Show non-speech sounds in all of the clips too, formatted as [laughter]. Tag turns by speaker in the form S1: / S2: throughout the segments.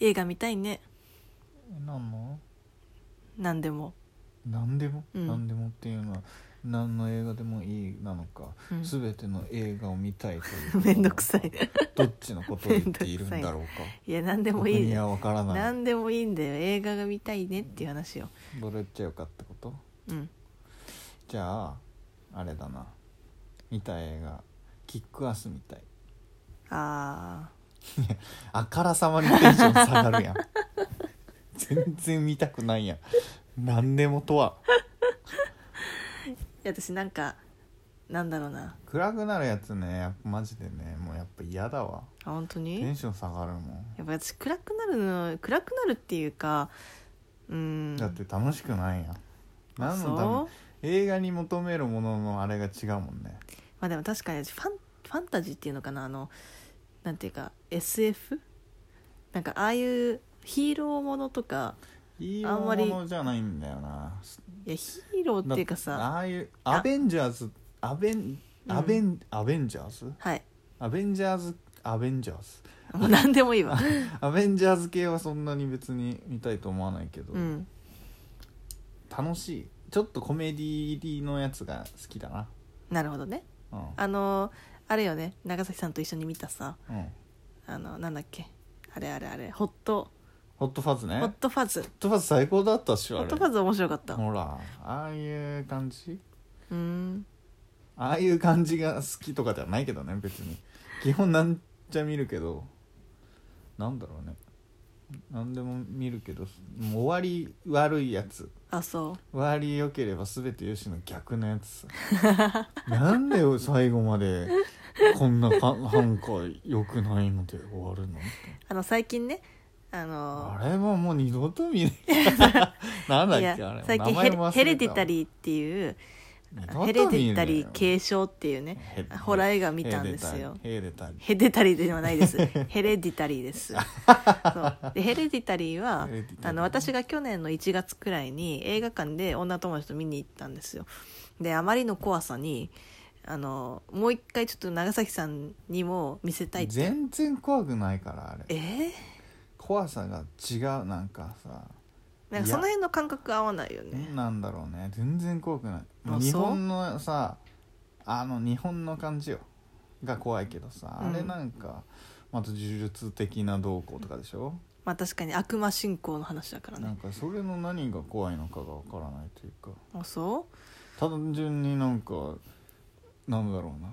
S1: 映画見たいね
S2: 何の
S1: 何でも、
S2: 何でも、
S1: うん
S2: 何でもっていうのは何の映画でもいいなのか、
S1: うん
S2: すべ全ての映画を見たいと
S1: [laughs]
S2: いう
S1: めんどくさい [laughs]
S2: どっちのことを言っているんだろうか
S1: いや何で [laughs] も
S2: 僕
S1: いい
S2: に
S1: ね
S2: は分からない
S1: 何でもいいんだよ映画が見たいねっていう話よ
S2: どれっちゃよかってこと
S1: うん
S2: じゃああれだな見た映画キックアスみたい
S1: あ
S2: あからさまにテンション下が
S1: [laughs]
S2: るやん全然見たくないやん何でもとは
S1: ーいや私なんかなんだろうな
S2: 暗くなるやつねやっぱマジでねもうやっぱ嫌だわ
S1: あ本当
S2: テン
S1: に
S2: ション下がるもん
S1: やっぱ私暗くなるの暗くなるっていうかうーん
S2: だって楽しくないやん何のため
S1: そう
S2: 映画に求めるもののあれが違うもんね
S1: まあでも確かに私ファンファンタジーっていうのかなあのなんていうか SF なんかああいうヒーローものとか
S2: いい
S1: あんま
S2: も
S1: り
S2: のじゃないんだよない
S1: やヒーローっていうかさ
S2: ああいう
S1: あ
S2: アベンジャーズアベンアベン、アベンジャーズ
S1: はい
S2: アベンジャーズアベンジャーズ
S1: もう何でもいいわ
S2: アベンジャーズ系はそんなに別に見たいと思わないけど、
S1: [laughs] うん
S2: 楽しいちょっとコメディ入りのやつが好きだな
S1: なるほどね
S2: うん
S1: あのあれよね長崎さんと一緒に見たさ
S2: うん
S1: あのなんだっけあれあれあれホット
S2: ホットファズね
S1: ホ
S2: ホ
S1: ッ
S2: ッ
S1: トファズ
S2: トファズ最高だったっしょ
S1: ホッ
S2: あれ
S1: トファズ面白かったう
S2: ほらああいう感じ
S1: ーん
S2: ああいう感じが好きとかではないけどね別に基本なんちゃ見るけどなんだろうねなんでも見るけどもう終わり悪いやつ
S1: あそ
S2: 終わり良ければ全てよしの逆のや
S1: [laughs]
S2: つなんで最後までこんなかなんか良くないので終わるの
S1: うあの最近ねあの
S2: あれはもう二度と見ないなんだっ
S1: [laughs] い
S2: け
S1: や
S2: あれ
S1: 最近
S2: 名
S1: ヘ
S2: 前
S1: レ
S2: も忘れた
S1: ヘレディタリーっていうヘレディタリー継承っていうね
S2: ヘ
S1: ホラー映画見たんですよ
S2: ヘレタリー
S1: ヘデタリーではないですヘレディタリーです
S2: [laughs]
S1: そうでヘレディタリーは
S2: ヘレディタリー
S1: あの私が去年の1月くらいに映画館で女友達と見に行ったんですよであまりの怖さにあのもう一回ちょっと長崎さんにも見せたいって
S2: 全然怖くないからあれ
S1: えー
S2: 怖さが違うなんかさ
S1: なんかその辺の感覚合わないよね
S2: なんだろうね全然怖くないもう
S1: あ
S2: 日
S1: そう
S2: 本のさあの日本の感じよが怖いけどさ、
S1: うん
S2: あれなんかまた呪術的な動向とかでしょ、
S1: まあ確かに悪魔信仰の話だから
S2: なん
S1: ね
S2: かそれの何が怖いのかがわからないというか
S1: あそう
S2: 単純になんかなんだろうな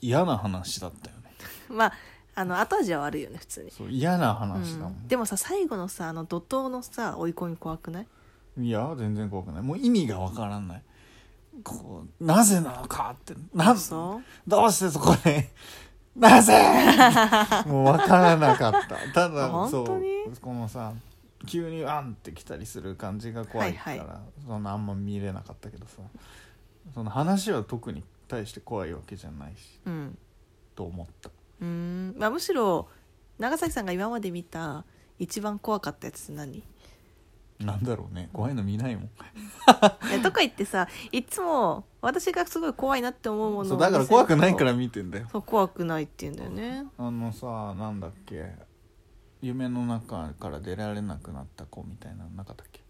S2: 嫌な話だったよね
S1: まああの後味は悪いよね普通に、
S2: そう嫌な
S1: う
S2: 話だもん
S1: ん、、でもさ最後のさあの怒涛のさ追い込み怖くない
S2: いや全然怖くないもう意味がわからないこうなぜなのかってな
S1: そ
S2: どうしてそこで [laughs] なぜ [laughs] もうわからなかったただ
S1: 本
S2: そう
S1: 当に
S2: このさ急にあんって来たりする感じが怖いか
S1: は
S2: ら、
S1: いは
S2: そのあんま見れなかったけどさその話は特に対して怖いわけじゃないし
S1: ううん
S2: と思った
S1: うーん、まあ、むしろ長崎さんが今まで見た一番怖かったやつって何い
S2: なんだろうね怖いの見ないもん
S1: やとか言ってさいつも私がすごい怖いなって思うもの
S2: そ
S1: を
S2: うだから怖くない
S1: 見
S2: か
S1: せる
S2: ら見てんだよ
S1: とそう怖くないって言うんだよね
S2: あのさなんだっけ夢の中から出られなくなった子みたいなのなかったっけ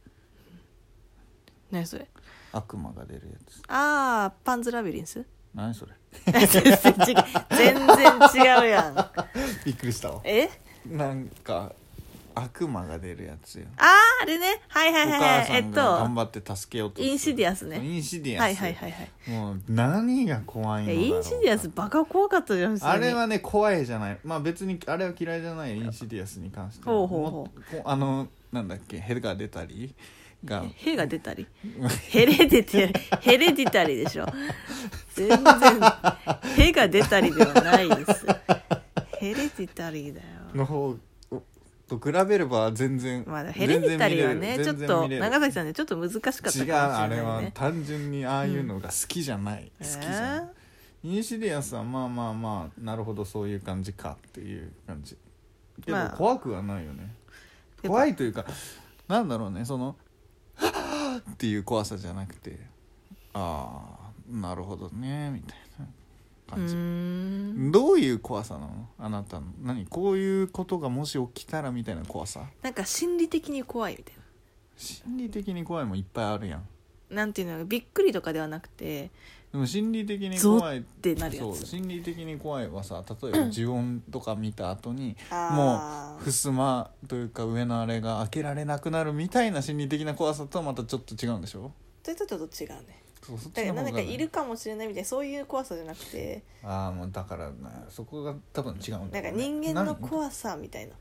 S1: 何それ
S2: 悪魔が出るやつ
S1: ああパンズラビリンス
S2: 何それ
S1: [laughs] 全然違う全然違うやん
S2: [laughs] びっくりしたわ
S1: え
S2: なんか悪魔が出るやつよ
S1: あああれねはい
S2: お
S1: はいはい
S2: 母
S1: はい
S2: さ
S1: えっ
S2: んが
S1: と
S2: 頑張って助けようと
S1: インシディアスね
S2: インシディアス
S1: はいはいはいはい
S2: もう何が怖い
S1: い
S2: の
S1: や
S2: だろう
S1: インシディアスバカ怖かったじゃん普通に
S2: あれはね怖いじゃないまあ別にあれは嫌いじゃないインシディアスに関しては
S1: ほうほうほ
S2: もっとこあのなんだっけヘルが出たりが
S1: ヘが出たりヘレディタリヘレディタリでしょ全然ヘが出たりではないですヘレディタリだよ
S2: の方と比べれば全然
S1: まあヘレディタリはねちょっと長
S2: か
S1: 崎さんねちょっと難しかったかもしれ
S2: 違うあ
S1: ない
S2: れは
S1: ね
S2: 単純にああいうのが好きじゃない、好きじゃない、インシディアスはまあまあまあなるほどそういう感じかっていう感じけど
S1: まあ
S2: 怖くはないよね
S1: えー
S2: 怖いというかなんだろうねその「はぁっていう怖さじゃなくてああなるほどねみたいな
S1: う
S2: 感じ、
S1: ん
S2: どういう怖さなのあなたの何こういうことがもし起きたらみたいな怖さ
S1: なんか心理的に怖いみたい
S2: 心理的に怖いもいっぱいあるやん
S1: ななんていうのびっくりとかではなくて
S2: でも心理的に怖いっ
S1: ってなるや
S2: そう
S1: つ
S2: 心理的に怖いはさ例えば呪音とか見た後に
S1: あー
S2: もう襖というか上のあれが開けられなくなるみたいな心理的な怖さとはまたちょっと違うんでしょ
S1: それとちょっと違うね
S2: そうそっ
S1: だ
S2: ち
S1: か
S2: の
S1: ら
S2: 方
S1: な
S2: が
S1: んかいるかもしれないみたいなそういう怖さじゃなくて
S2: ああもうだからねそこが多分違うん
S1: な
S2: だ
S1: んか
S2: ろうね
S1: 人間の
S2: 何
S1: 怖さみたいな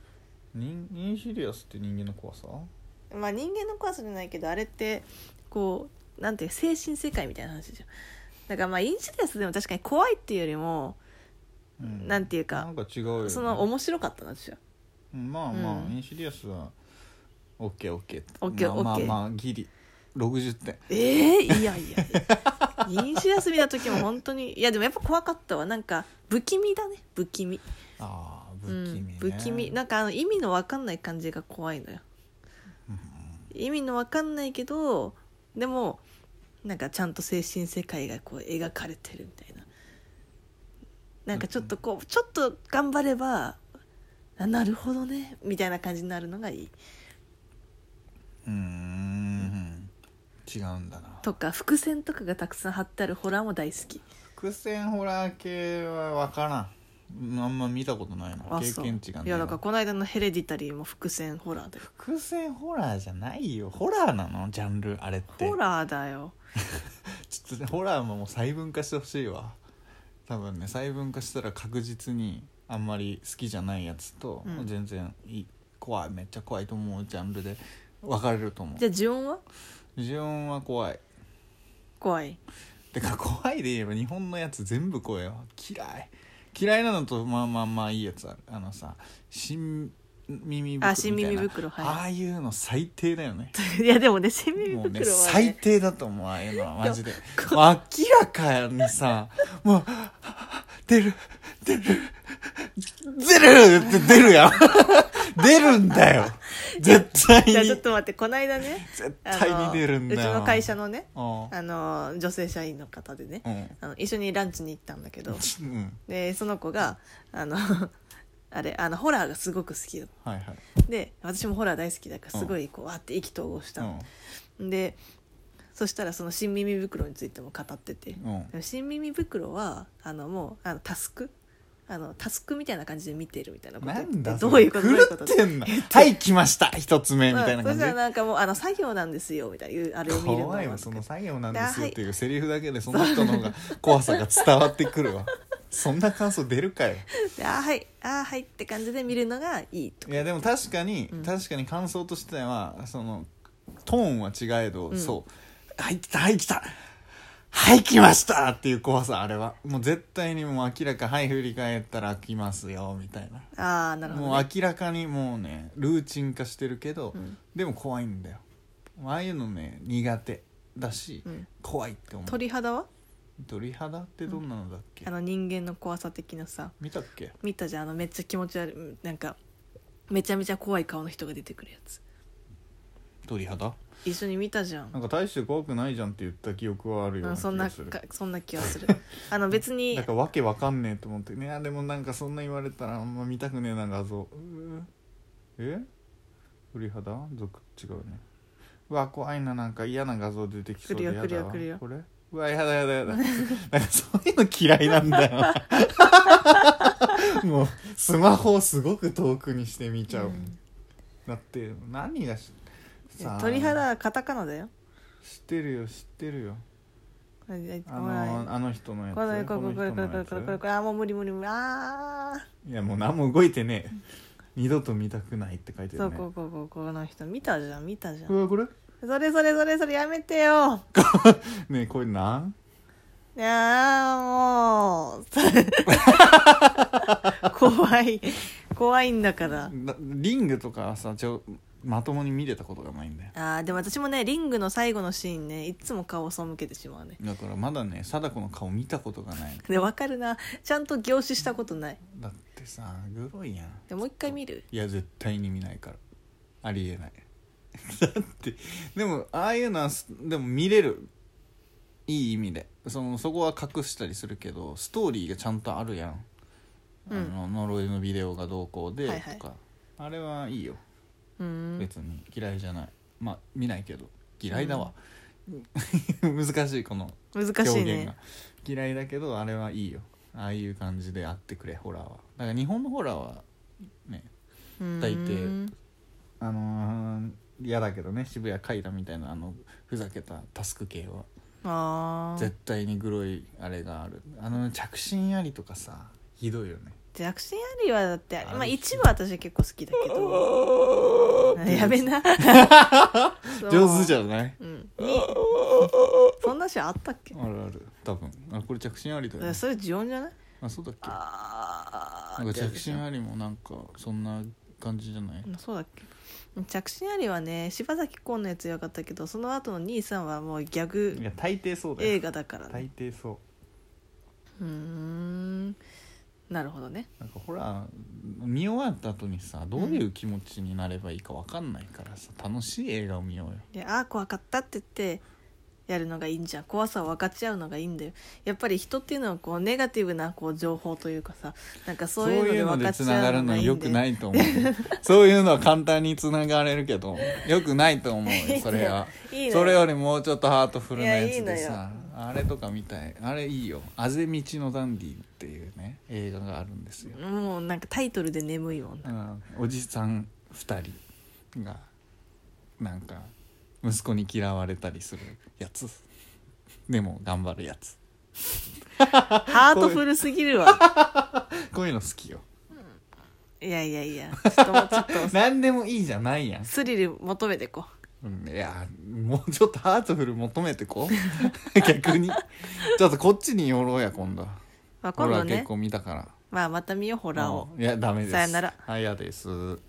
S2: 人インシリアスって人間の怖さ
S1: まあ人間の怖さじゃないけどあれってこうなんていう精神世界みたいな話じゃんだからまあインシリアスでも確かに怖いっていうよりも
S2: うん
S1: なんていうか
S2: なんか違うよね
S1: その面白かったんですよ
S2: うんまあまあ、
S1: うん
S2: インシリアスは OKOK
S1: オッケー
S2: まあ
S1: オッケー
S2: まあまあギリ60点
S1: ええいやいやいやインシリアス見た時も本当にいやでもやっぱ怖かったわなんか不気味だね不気味
S2: ああ不
S1: う
S2: 気
S1: ん
S2: 味ね、
S1: 不気味なんかあの意味の分かんない感じが怖いのよ意味の分かんないけどでもなんかちゃんと精神世界がこう描かれてるみたいななんかちょっとこうちょっと頑張ればあなるほどねみたいな感じになるのがいいう
S2: ーん違うんだな
S1: とか伏線とかがたくさん貼ってあるホラーも大好き
S2: 伏線ホラー系は分からんうんあんま見たことないな
S1: あ
S2: 経
S1: そう
S2: 験値が
S1: い
S2: ね
S1: やだからこの間の「ヘレディタリー」も伏線ホラーだよ
S2: 伏線ホラーじゃないよホラーなのジャンルあれって
S1: ホラーだよ
S2: ちょっとねホラーももう細分化してほしいわ多分ね細分化したら確実にあんまり好きじゃないやつと、
S1: うん
S2: 全然いい怖いめっちゃ怖いと思うジャンルで分かれると思う
S1: じゃあ呪音は
S2: 自分は怖い
S1: 怖い [laughs]
S2: てか怖いで言えば日本のやつ全部怖いわ嫌い嫌いなのとまあまあまあいいやつあるあのさ新耳袋
S1: あ
S2: みたい
S1: 新
S2: な
S1: 耳袋はい
S2: ああいうの最低だよね
S1: いやでもねセミ [laughs]
S2: もうね
S1: 袋は
S2: 最
S1: ね
S2: 低だと思うああいうのはマジで
S1: こ
S2: 明らかにさもう出る出る出るって出るやん出るん [laughs] だよ絶対
S1: いや
S2: に
S1: ちょっと待ってこの間ね
S2: 絶
S1: あ
S2: 対に
S1: の
S2: 出るんだよ
S1: うちの会社のね
S2: うん
S1: あの女性社員の方でね
S2: う
S1: あ
S2: ん
S1: の一緒にランチに行ったんだけど
S2: うん
S1: でその子があのあれあのホラーがすごく好きだ
S2: はいはい
S1: で私もホラー大好きだからすごいこうわーって意気投合した
S2: う
S1: の、でそしたらその新耳袋についても語ってて、
S2: んうん
S1: でも新耳袋はあのもうあのタスクあのタスクみたいな感じで見てるみたいなこと
S2: な
S1: 言って
S2: んだ
S1: どういうことどういうこ
S2: 狂
S1: と
S2: ってんのはい来ました一つ目み
S1: まあ
S2: たいな
S1: そ
S2: 感
S1: し
S2: じ
S1: たらなんかもうあの作業なんですよみたいないうあれを見るの
S2: 怖い
S1: な
S2: わ
S1: んか
S2: その作業なんですよ
S1: はい
S2: っていうセリフだけでその人の方が [laughs] 怖さが伝わってくるわそんな感想出るかよ
S1: であーはいあーはいって感じで見るのがいいと
S2: いやでも確かに、
S1: うん
S2: 確かに感想としてはそのトーンは違えど、
S1: うん
S2: そう「はい来たはい来たはい来ました!」っていう怖さあれはもう絶対にもう明らか「はい振り返ったら来ますよ」みたいな
S1: ああなるほど、ね、
S2: もう明らかにもうねルーチン化してるけど、
S1: うん
S2: でも怖いんだよああいうのね苦手だし、
S1: うん
S2: 怖いって思う鳥
S1: 鳥肌は
S2: 肌ってどんなのだっけ、
S1: あの人間の怖さ的なさ
S2: 見たっけ
S1: 見たじゃんあのめっちゃ気持ち悪いうんなんかめちゃめちゃ怖い顔の人が出てくるやつ
S2: 鳥肌
S1: 一緒に見たじゃん
S2: なんか大して怖くないじゃんって言った記憶はある
S1: う、
S2: ようなん気
S1: そんな
S2: がする
S1: かそんな気がするあの別に
S2: なんかわけわかんねえと思ってねあでもなんかそんな言われたらあんま見たくねえな画像うーえ鳥肌族違うねうわ怖いななんか嫌な画像出てきそうで
S1: 来
S2: や
S1: る
S2: だ
S1: よ
S2: わ
S1: 来るよ
S2: これうわやだやだやだなんかそういうの嫌いな
S1: [laughs]
S2: んだよもうスマホをすごく遠くにして見ちゃう、
S1: うん
S2: だって何がし
S1: いや鳥肌はカタカナだよ
S2: 知ってるよ知ってるよ
S1: あの
S2: あのあの人のやつ
S1: これこれこ
S2: の人の
S1: れ
S2: や
S1: これ
S2: つ
S1: これこれこれこれあーもう無理無理無理ああ
S2: いやもう何も動いてねえ二度と見たくないって書いて
S1: そ
S2: る
S1: う
S2: ね
S1: こうこうこうこの人見たじゃん見たじゃ
S2: うんわこれ
S1: それそれそれそれやめてよ
S2: ねえこれなん
S1: いやーもう怖い怖いんだから
S2: だリングとかはさちょまともに見れたことがないんだよ
S1: あーでも私もねリングの最後のシーンねいつも顔を背けてしまうね
S2: だからまだね貞子の顔見たことがない
S1: でわかるなちゃんと凝視したことない
S2: だってさグロいやん
S1: でもう一回見る
S2: いや絶対に見ないからありえ [laughs] ないだってでもああいうのはすでも見れるいい意味でそのそこは隠したりするけどストーリーがちゃんとあるやん、
S1: うん
S2: あの呪いのビデオがどうこうでと
S1: は
S2: か、
S1: いはい
S2: あれはいいよ
S1: うん
S2: 別に嫌いじゃないまあ見ないけど嫌いだわ、 [laughs] 難しいこの
S1: 難しい
S2: 表現が
S1: ね、
S2: 嫌いだけどあれはいいよああいう感じであってくれホラーはだから日本のホラーはね
S1: うん
S2: 大抵あのー嫌だけどね渋谷階段みたいなあのふざけたタスク系は
S1: ああ
S2: 絶対にグロいあれがあるあの着信ありとかさひどいよね
S1: 弱心アリはだって
S2: あるし
S1: まあ一部は私結構好きだけ
S2: [laughs]
S1: どやべえな
S2: 上手じゃない
S1: ゃん、うん、にそんなシーンあったっけ
S2: あるある多分あこれ着信ありだよね
S1: それ呪音じゃない
S2: あそうだっけ
S1: あー
S2: なんか
S1: ってやつ
S2: 着
S1: でしょ
S2: 信ありもなんかそんな感じじゃない
S1: うんそうだっけ着信ありはね柴咲コウのやつよかったけどその後の兄さんはもうギャグ
S2: いや大抵そうだよ
S1: 映画だからね
S2: 大抵そう
S1: うーんなるほどね
S2: なんかホラー見終わった後にさどういう気持ちになればいいか分かんないからさ楽しい映画を見ようよ
S1: でああ怖かったって言ってやるのがいいんじゃん怖さを分かち合うのがいいんだよやっぱり人っていうのはこうネガティブなこう情報というかさなんかそういうので分か
S2: つ
S1: ち
S2: な
S1: 合
S2: が
S1: う
S2: る
S1: のが
S2: の
S1: いいんだよ
S2: よくないと思うそういうのは簡単につながれるけどよくないと
S1: [laughs]
S2: 思うよそれは
S1: いいのよ
S2: それよりもうちょっとハートフルなやつで
S1: いやいいの
S2: さ
S1: よ
S2: あれとかみたいあれいいよ「あぜ道のダンディ」っていうね映画があるんですよ、
S1: もうなんかタイトルで眠いもん
S2: う、
S1: なん
S2: おじさん2人がなんか息子に嫌われたりするやつでも頑張るやつ
S1: ハートフルすぎるわ
S2: こういうの好きよ
S1: いやいやいやちょっともうちょっと
S2: 何でもいいじゃないやん
S1: スリル求めてこ
S2: うんいやもうちょっとハートフル求めてこ [laughs] 逆にちょっとこっちに寄ろうや今度
S1: う、まあ、今
S2: 俺
S1: 度
S2: は結
S1: ね
S2: 構見たから
S1: まあまた見ようホラーを
S2: うんいやダメです
S1: さよなら
S2: あいやです